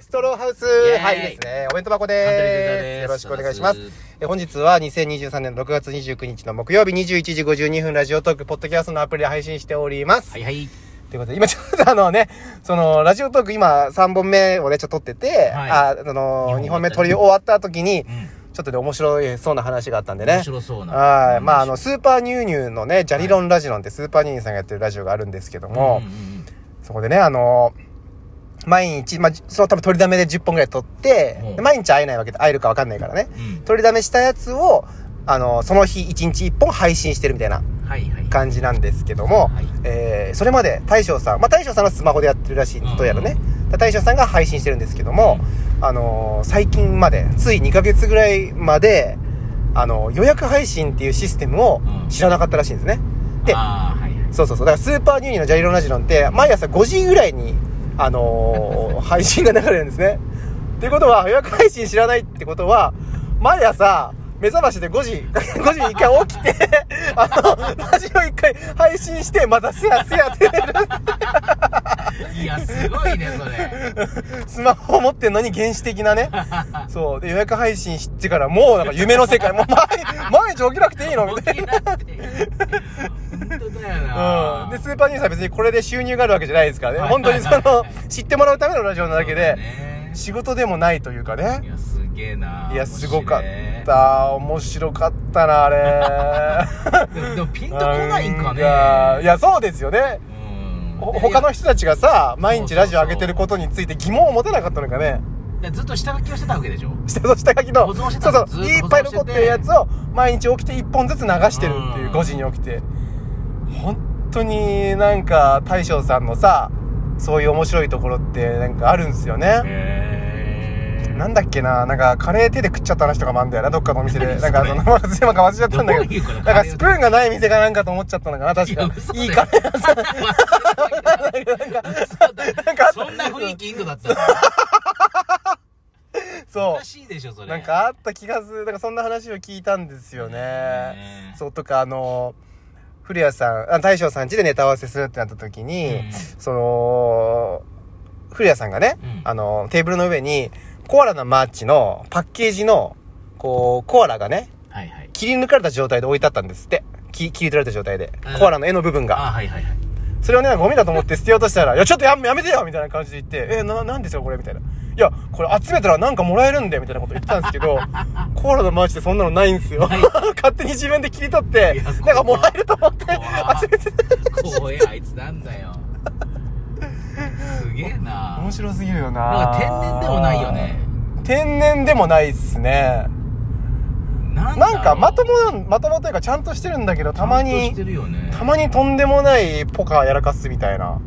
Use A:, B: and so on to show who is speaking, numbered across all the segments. A: ストローハウス
B: イエーイ
A: はいですね。お弁当箱
B: カンタレ
A: で。
B: ゼザですす
A: よろしくお願いします
B: お。願いし
A: え本日は2023年の6月29日の木曜日21時52分ラジオトーク、ポッドキャストのアプリで配信しております。
B: はいはい。
A: ということで、今ちょっとあのね、その、ラジオトーク今3本目をね、ちょっと撮ってて、
B: はい
A: あ、あの、2
B: 二
A: 本
B: 本
A: 目
B: 目
A: 撮り終わった時に、
B: うん。
A: ちょっとね、面白いそうな話があったんでね
B: 面。白そうな。
A: はい。
B: うん
A: まあ、あの、、スーパーニューニューのね、ジャリロンラジロンってスーパーニューニューさんがやってるラジオがあるんですけども、
B: うんうんうん
A: そこでね、あの毎日、まあ、じその多分取りだめで10本ぐらい取って
B: うん、
A: で毎日会えないわけで、会えるかわかんないからね。
B: うん
A: 取りだめしたやつを、あのその日1日1本配信してるみたいな
B: はいはい。
A: 感じなんですけども、
B: はい
A: えーそれまで大将さん、まあ、大将さんはスマホでやってるらしい、
B: うん
A: どうやらね。大将さんが配信してるんですけども、あの最近まで、つい2ヶ月ぐらいまで、あの予約配信っていうシステムを
B: うん
A: 知らなかったらしいんですね。で、
B: あーはいはい。
A: そうそうそう。だからスーパーニューニーのジャリロンラジロンって、毎朝5時ぐらいに、あのー配信が流れるんですね。っていうことは、予約配信知らないってことは、毎朝、目覚ましで5時、5時に一 回起きて、あの、ラジオ一回配信して、またすやすやって寝る、
B: いや、すごいね、それ。
A: スマホを持ってんのに原始的なね。そう。で、予約配信してから、もうなんか夢の世界、もう毎、毎日起きなくていいのみたいな。
B: 起きなくていい本当だよ な。
A: うん、でスーパーニュースは別にこれで収入があるわけじゃないですからね、
B: はい
A: 本当にその知ってもらうためのラジオなだけで
B: そうね
A: 仕事でもないというか
B: い
A: ね
B: や、すげえな。
A: いやすごかっ
B: 面白いね。
A: た面白かったなあ れ
B: でもでもピンとこないんかね。
A: いやそうですよね
B: うん
A: ほ他の人たちがさ毎日ラジオ上げてる
B: そ
A: こ
B: う
A: とについて疑問を持てなかったのかね
B: いやずっと下書きをしてたわけでしょ
A: 下の下書きの
B: 保存して
A: そ
B: た
A: う
B: ず
A: そ
B: っ
A: う
B: と
A: いっぱい残ってるやつを毎日起きて1本ずつ流してるっていう
B: うん
A: 5時に起きて本当になんか大将さんのさそういう面白いところってなんかあるんですよね
B: へえ
A: なんだっけななんかカレー手で食っちゃった話とかもあんだよなどっかのお店でな
B: 何
A: ん
B: それ
A: かそのまずいまか忘れちゃったんだ
B: どう
A: け
B: いうこ
A: ど
B: と
A: なんかスプーンがない店かなんかと思っちゃったのかな確かいいカ レー
B: ーな
A: か
B: ん
A: あった
B: そんな雰囲気インドだったのお
A: そ
B: かしいでしょそうれ
A: なんかあった気がするなんかそんな話を聞いたんですよね
B: ね
A: そうとかあの古谷さんあ大将さん家でネタ合わせするってなった時
B: う
A: に、
B: ん
A: その古谷さんがね、
B: うん
A: あのテーブルの上にコアラのマーチのパッケージのこうコアラがね
B: はいはい
A: 切り抜かれた状態で置いてあったんですってき切り取られた状態で
B: うん
A: コアラの絵の部分が
B: あはいはいはい
A: それをねなんかゴミだと思って捨てようとしたら「いやちょっとやめやめてよ!」みたいな感じで言って「えななんですよこれ」みたいな「いやこれ集めたらなんかもらえるんだよ」みたいなこと言ってたんですけど コアラのマーチでそんなのないんですよ
B: ない
A: 勝手に自分で切り取って
B: いや
A: なんかもらえると思って
B: 怖
A: 集めてた
B: 怖えあいつなんだよすげえな
A: 面白すぎるよな
B: なんか天然でもないよね
A: 天然でもないっすね
B: なんだろう
A: なんかまともなんまともというかちゃんとしてるんだけどたま
B: ちゃんと
A: に
B: してるよね
A: たまにとんでもないポカーやらかすみたいな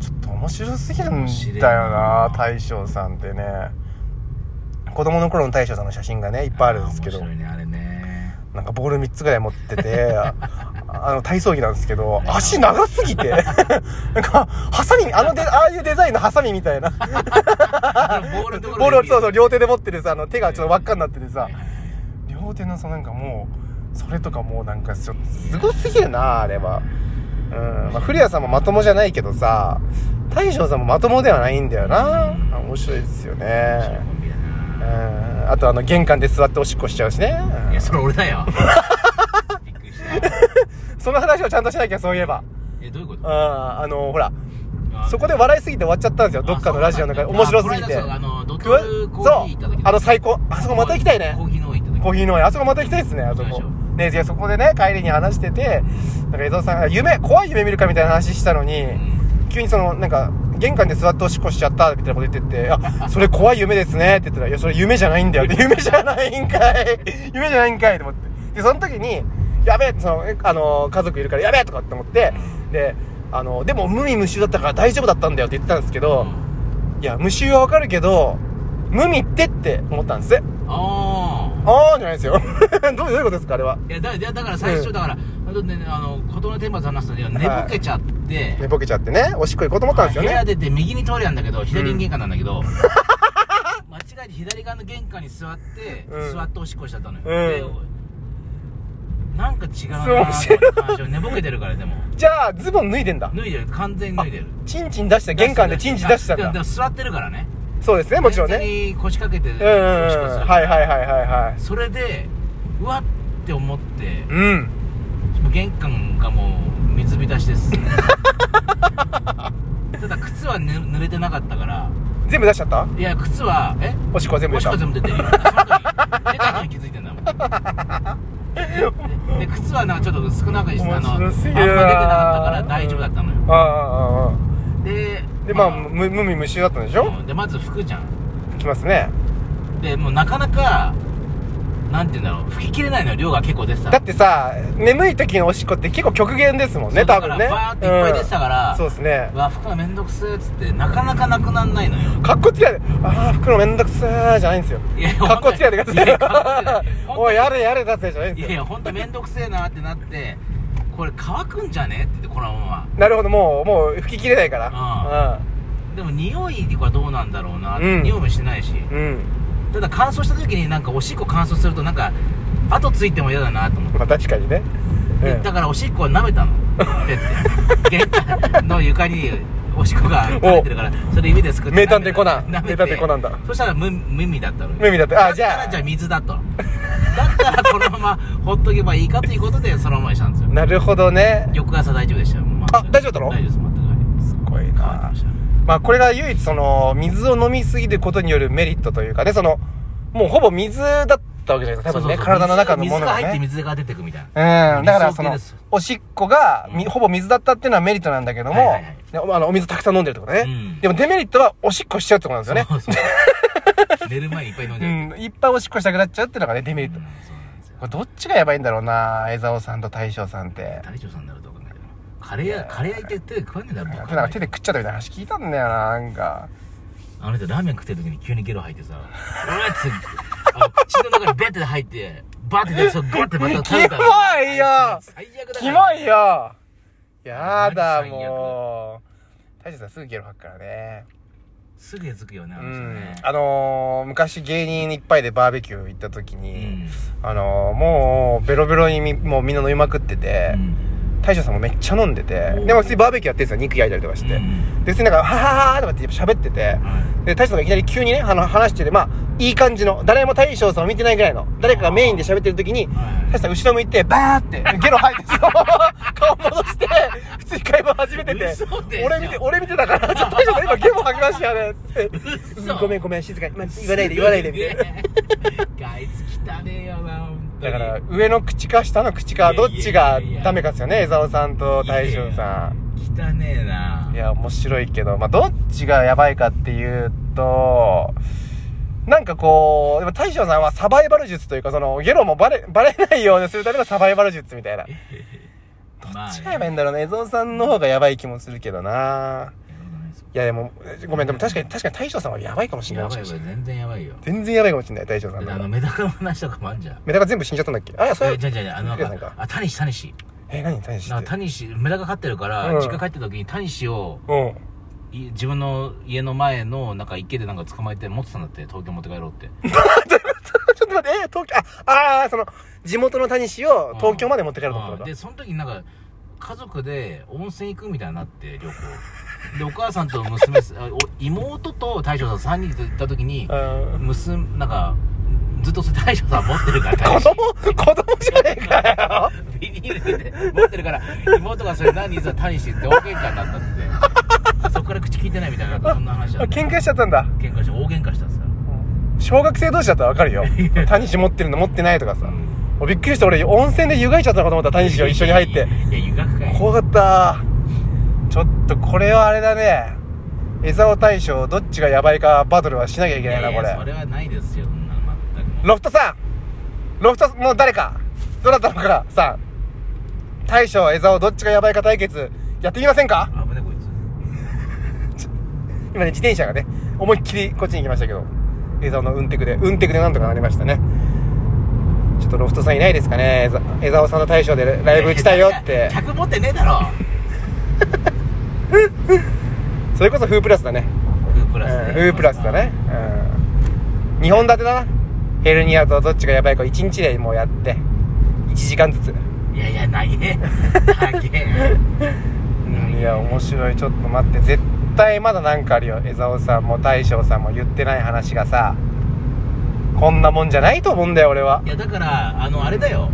A: ちょっと面白すぎるん
B: 面白い
A: だよな
B: な
A: 大将さんってね子供の頃の大将さんの写真がねいっぱいあるんですけど
B: あー面白いねあ れね
A: なんかボール3つぐらい持って てあの体操着なんですけど
B: あれな
A: 足長すぎて なんかハサミあのでああいうデザインのハサミみたいな
B: あのボールのとこ
A: ボー
B: ろ
A: ルを
B: で
A: そうそう両手で持ってるさあの手がちょっと輪っかになっててさ
B: はいはいはい
A: 両手のさなんかもうそれとかもうなんかちょっとすごすぎるなあれはうんまあ古谷さんもまともじゃないけどさ大将さんもまともではないんだよなあ面白いですよ
B: 面白い
A: ね
B: コンビだ
A: う
B: なん
A: あとあの玄関で座っておしっこしちゃうしねうん
B: いやそれ俺だよびっくりした
A: その話をちゃんとしなきゃそういえば
B: えどういうこ
A: うん
B: と
A: あのほら
B: あ
A: そこで笑いすぎて終わっちゃったんですよどっかのラジオの中で面白すぎ
B: あこ
A: て
B: の間そうあのド
A: く
B: ト
A: わ
B: ールコ
A: そ
B: ーヒー行った
A: う
B: 時
A: あの最高あそこまた行きたいね
B: コーヒーの方行った時
A: コーヒーのあそこまた行きたいですね、あそこ
B: そうでしょ。
A: ね、いやそこでね、帰りに話してて、なんか江戸さんが、夢、怖い夢見るかみたいな話したのに、急にその、なんか、玄関で座っておしっこしちゃった、みたいなこと言ってて、あ、それ怖い夢ですね、って言ったら、いや、それ夢じゃないんだよって、夢じゃないんかい、夢じゃないんかい、と思って。で、その時に、やべえ、その、えあの、家族いるから、やべえとかって思って、で、あの、でも無味無臭だったから大丈夫だったんだよって言ってたんですけ
B: う
A: ど、
B: ん
A: いや、無臭はわかるけど、無味ってって思ったんです。
B: あ
A: あーじゃないですよ。 どうどういうことですか、あれは。
B: あいやだいやだから最
A: う
B: 初
A: ん
B: だからあとねあの事のテーマで話したんだけど
A: はい
B: 寝ぼけちゃって
A: 寝ぼけちゃってね、おしっこ行こうと思ったんですよ
B: 部
A: ね
B: 屋。出て右に通りなんだけど左に玄関なんだけど 間違えて左側の玄関に座って
A: うん
B: 座っておしっこしちゃったのよ
A: うん
B: でなんか違うなーって感じを寝ぼけてるからでも
A: じゃあ、ズボン脱いでんだ。
B: 脱いでる完全に脱いでる
A: チンチン出して、玄関でチンチン出してたん
B: で
A: だ。
B: も座ってるからね
A: そうですねもちろんね
B: 便座に腰掛けておし
A: う
B: っ
A: んうんうん
B: こす
A: は
B: る
A: いはいはいはいはい
B: それでうわって思って
A: うん
B: 玄関がもう水浸しです ただ靴は、ぬ濡れてなかったから
A: 全部出しちゃった
B: いや靴はえ
A: おしっこは全部
B: も
A: 出し
B: しか
A: た
B: 全部出てるよその時出たのに気づいてんだもんでで靴はなんかちょっと少なくしてあのあんま
A: 面白
B: 出
A: す
B: て
A: ぎ
B: な
A: るな
B: かったから大丈夫だったのよ
A: あああああ
B: で
A: あでまあ無無味無臭だったんでしょ
B: うんでまず服じゃん
A: 来ますね
B: でもうなかなかなんて言うんだろう吹き切れないのよ量が結構出てた
A: だってさ眠い時のおしっこって結構極限ですもん
B: そう
A: ね
B: だ
A: 多
B: から
A: 分ね
B: バーっていっぱい出てたから、
A: うんそうですね
B: うわ服がめんどくせえっつってなかなかなくなんないのよ
A: かっこつけないでああ袋めんどくさーじゃないんですよ
B: い や
A: かっこつけないでくだ
B: いやかっこ
A: さ
B: つけ
A: い
B: ない 本当に
A: おいやれやれだぜじゃないん
B: い
A: で
B: や
A: す
B: い
A: よ
B: や本当めんどくせえなってなってこれ乾くんじゃねって言ってこのま
A: なるほどもうもう吹き切れないか
B: あ
A: ら
B: までも匂いはどうなんだろうな、
A: うん
B: 匂いもしてないし
A: うんうん
B: ただ乾燥した時になんかおしっこ乾燥するとなんか後ついても嫌だなと思って、
A: まあ確かにねう
B: で
A: ん
B: だからおしっこを舐めたのペッて玄関の床におしっこが垂れてるからそれ指ですくって
A: 名探偵コナン
B: 舐め
A: 名
B: て
A: 探偵コナンだ
B: そしたら無無味だったのよ
A: 無味だったあ
B: っ
A: じゃ
B: たら
A: あ
B: じゃあ水だとだったらこのままほっとけばいいかということでそのままにしたんですよ
A: なるほどね
B: 翌朝大丈夫でしたよ、ま
A: あ大丈夫だろ
B: 大丈夫です全くす
A: ごいな
B: ました
A: まあこれが唯一その水を飲みすぎることによるメリットというかねそのもうほぼ水だったわけじゃないですか多分ね
B: そうそうそう
A: 体の中のものが
B: 水が入って
A: ね
B: 水が出てくみたいな
A: うん、だからそ
B: 水系
A: の
B: です、
A: おしっこが、みほぼ水だったっていうのはメリットなんだけども、
B: はいはいはい
A: ねあのお水たくさん飲んでるってことね、
B: うん
A: でもデメリットはおしっこしちゃうってことなんですよね。
B: そうそう寝る前にいっぱい飲んじゃう、
A: うん、いっぱいおしっこしたくなっちゃうっていうのがね、デメリット。
B: うんそうなんですよ
A: これどっちがやばいんだろうな江沢さんと大将さんって。
B: 大将さんになると分かんないけどカレー屋カレー屋行って手で食わねえだろ
A: なんか手で食っちゃったみたいな話聞いたんだよな、なんか。
B: あの人ラーメン食ってる時に急にゲロ吐いてさうわっつってあの口の中にベッて入ってバッて出てそうゴッてまた食べたの
A: キモいよ
B: あつ最悪
A: キ
B: だから
A: モいよやだ、
B: 何最悪
A: もう。大将さんすぐゲロ吐くからね。
B: すぐやつくよねあ
A: う
B: の人
A: ん
B: ね。
A: あのー、昔芸人いっぱいでバーベキュー行った時
B: う
A: に、
B: ん
A: あのー、もう、ベロベロにみ、もうみんな飲みまくってて、大将さんもめっちゃ飲んでて
B: おー、
A: でも普通にバーベキューやってるんですよ、肉焼いたりとかして。で、普通になんか、はははーとかって喋ってて、で、大将さんがいきなり急にね、あの、話してて、まあ、いい感じの、誰も大将さんを見てないぐらいの、誰かがメインで喋ってる時に、大将さん後ろ向いて、バーって、ゲロ吐いて、そのまま 顔戻して、普通に会話始めてて
B: 嘘でし、ょ
A: 俺見て、俺見てたから、ち ょっと大将さん今ゲロ吐きましたよね、つって
B: 嘘
A: ごめんごめん、静かに、まあ、言わないで言わないで、み たいな。
B: なあいつ汚ねえよな本当
A: だ
B: に
A: から上の口か下の口か
B: いやい
A: ど
B: や
A: っ
B: いや
A: ちがダメかですよね江沢さんと大将さん
B: 汚ねえない
A: や面白いけどまあどっちがやばいかっていうとなんかこうでも大将さんはサバイバル術というかそのゲロもバレバレないようにするためのサバイバル術みたいなど
B: ま
A: っ
B: あね
A: ちがやばいんだろうね江沢さんの方がやばい気もするけどな
B: やばくないですよ
A: いやでもごめんでも確かに確かに大将さんはやばいかもしれない
B: や
A: もし
B: ばい
A: かして
B: よ全然やばいよ
A: 全然やばいかもしれない大将さ
B: だ
A: ん
B: って
A: の
B: あ
A: 方
B: の
A: が
B: メダカの話とかもあんじゃん
A: メダカ全部死んじゃったんだっけあいやそ
B: え
A: れ
B: じゃあじゃあじゃああの
A: いやなんか
B: あタニシタニシ
A: え何大将
B: な
A: っ
B: ん
A: て
B: かタニシメダカ飼ってるから、
A: うん
B: 実家帰った時にタニシを
A: うん
B: い自分の家の前のなんか池でなんか捕まえて持ってたんだって東京持って帰ろうって
A: ちょっと待って、えー東京、あ、あーその、地元の谷氏を東京まで持って帰るところ
B: うん
A: だ
B: で。その時になんか家族で温泉行くみたいになって旅行でお母さんと娘 すあお妹と大将さん3人で行った時に
A: うん
B: 娘なんかずっとそれ大将さん持って るから
A: 子
B: 大将
A: 供、子供じゃねえかよ。
B: ビニールで持ってるから妹がそれ何さ大してって大喧嘩になったってそっから口聞いてないみたいなそんな話だっ た
A: 喧嘩しちゃったんだ。
B: 喧嘩して大喧嘩したさ、
A: 小学生同士だったらわかるよ。谷氏持ってるの持ってないとかさ。もうびっくりして俺、温泉で湯がいちゃったのかと思ったら谷氏が一緒に入って。
B: いや湯がくかい
A: 怖かった。ちょっとこれはあれだね。江沢大将、どっちがやばいかバトルはしなきゃいけないな、こ
B: いやいやそ
A: れ。
B: れはないですよそんなの全く
A: ロフトさんロフトの誰かどなたのかさん大将、江沢、どっちがやばいか対決、やってみませんか
B: 危ねえこいつ
A: 今ね自転車がね思いっきりこっちに行きましたけど映像の運テクで運テクでなんとかなりましたねちょっとロフトさんいないですかね江沢さんの大将でライブ行きたいよって
B: 客持ってねえだろ
A: それこそフープラスだね
B: フープ
A: うん
B: ラ
A: フ
B: スね
A: ープラスだねうん2本立てだなヘルニアとどっちがやばいか1日でもうやって1時間ずつ
B: いやいやないねだけ
A: うんいや面白いちょっと待って絶対まだなんかあるよ江沢さんも大将さんも言ってない話がさこんなもんじゃないと思うんだよ俺はい
B: やだからあのあれだよ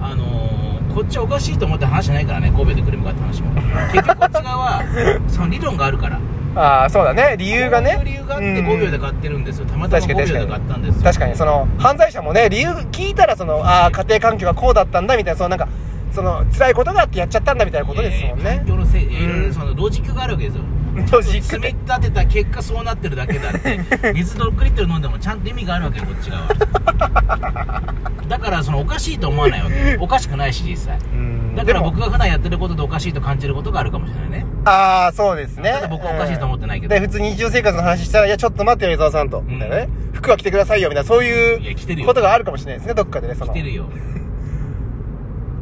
B: あのーこっちはおかしいと思った話じゃないからね神戸でクレームがあった話も結局こっち側はその理論があるから
A: ああそうだね理由がね
B: こういう理由があって5秒で買ってるんですよ、たまたま
A: 確かに
B: 5秒
A: 確か
B: で買
A: に
B: ったんですよ
A: 確かにその犯罪者もね理由聞いたらそのああ家庭環境がこうだったんだみたいなそのなんかその辛いことがあってやっちゃったんだみたいなことですもん
B: えー
A: ね
B: 環境のせいいや
A: うん
B: いろいろそのロジックがあるわけですよ
A: ロジック
B: 積み
A: で
B: 立てた結果そうなってるだけだっ て水6リットル飲んでもちゃんと意味があるわけよこっち側はだからそのおかしいと思わないわ けおかしくないし実際
A: うん
B: だから
A: でも
B: 僕が普段やってることでおかしいと感じることがあるかもしれないね
A: ああそうですね
B: ただ僕はおかしいと思ってないけど
A: うんで普通日常生活の話したら「いやちょっと待ってよ江沢さんと」みたいなね「服は着てくださいよ」みたいなそう
B: いや着て
A: い
B: る
A: う
B: よ
A: ことがあるかもしれないですねどっかでねそ
B: 来
A: の
B: てるよ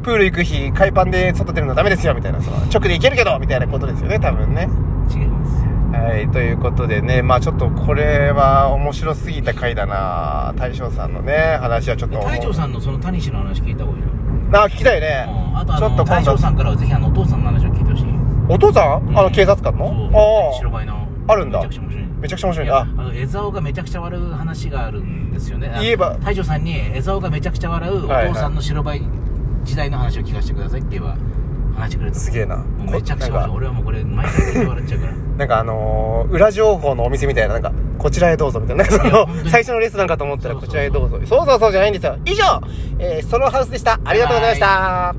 A: プール行く日海パンで外出るのダメですよみたいなその直で行けるけどみたいなことですよね多分ね
B: 違いますよ
A: はいということでねまあちょっとこれは面白すぎた回だな大将さんのね話はちょっと
B: 大将さんのその谷氏の話聞いた方がいいよ
A: あ聞きたいね
B: うんあとあ
A: ちょっと
B: の
A: 今
B: 大
A: 度
B: 将さんからはぜひあのお父さんの話を聞いてほしい
A: お父さん、あ
B: う
A: の
B: ん
A: 警察官の
B: そう白バイの
A: あるんだ
B: めちゃくちゃ面白い
A: ああめちゃくちゃ面白い
B: い
A: ね
B: や
A: あ
B: あの江沢がめちゃくちゃ笑う話があるんですよねあの
A: 言えば
B: 大将さんに江沢がめちゃくちゃ笑うお
A: はいはい
B: 父さんの白バイ時代の話を聞かせてくださいって言えば話してくれた
A: すげえな
B: もうめちゃくちゃ面
A: こなん
B: 白い
A: か
B: 俺はもうこれ毎回聞いて笑っちゃうから
A: なんかあのー裏情報のお店みたいななんかこちらへどうぞみたい ななんか
B: いや
A: そ
B: 本当
A: の
B: に
A: 最初のレストランかと思ったら
B: そう
A: こ
B: そう
A: ちらへどうぞそうそうそうじゃないんですよ以上、えーソロハウスでしたありがとうございました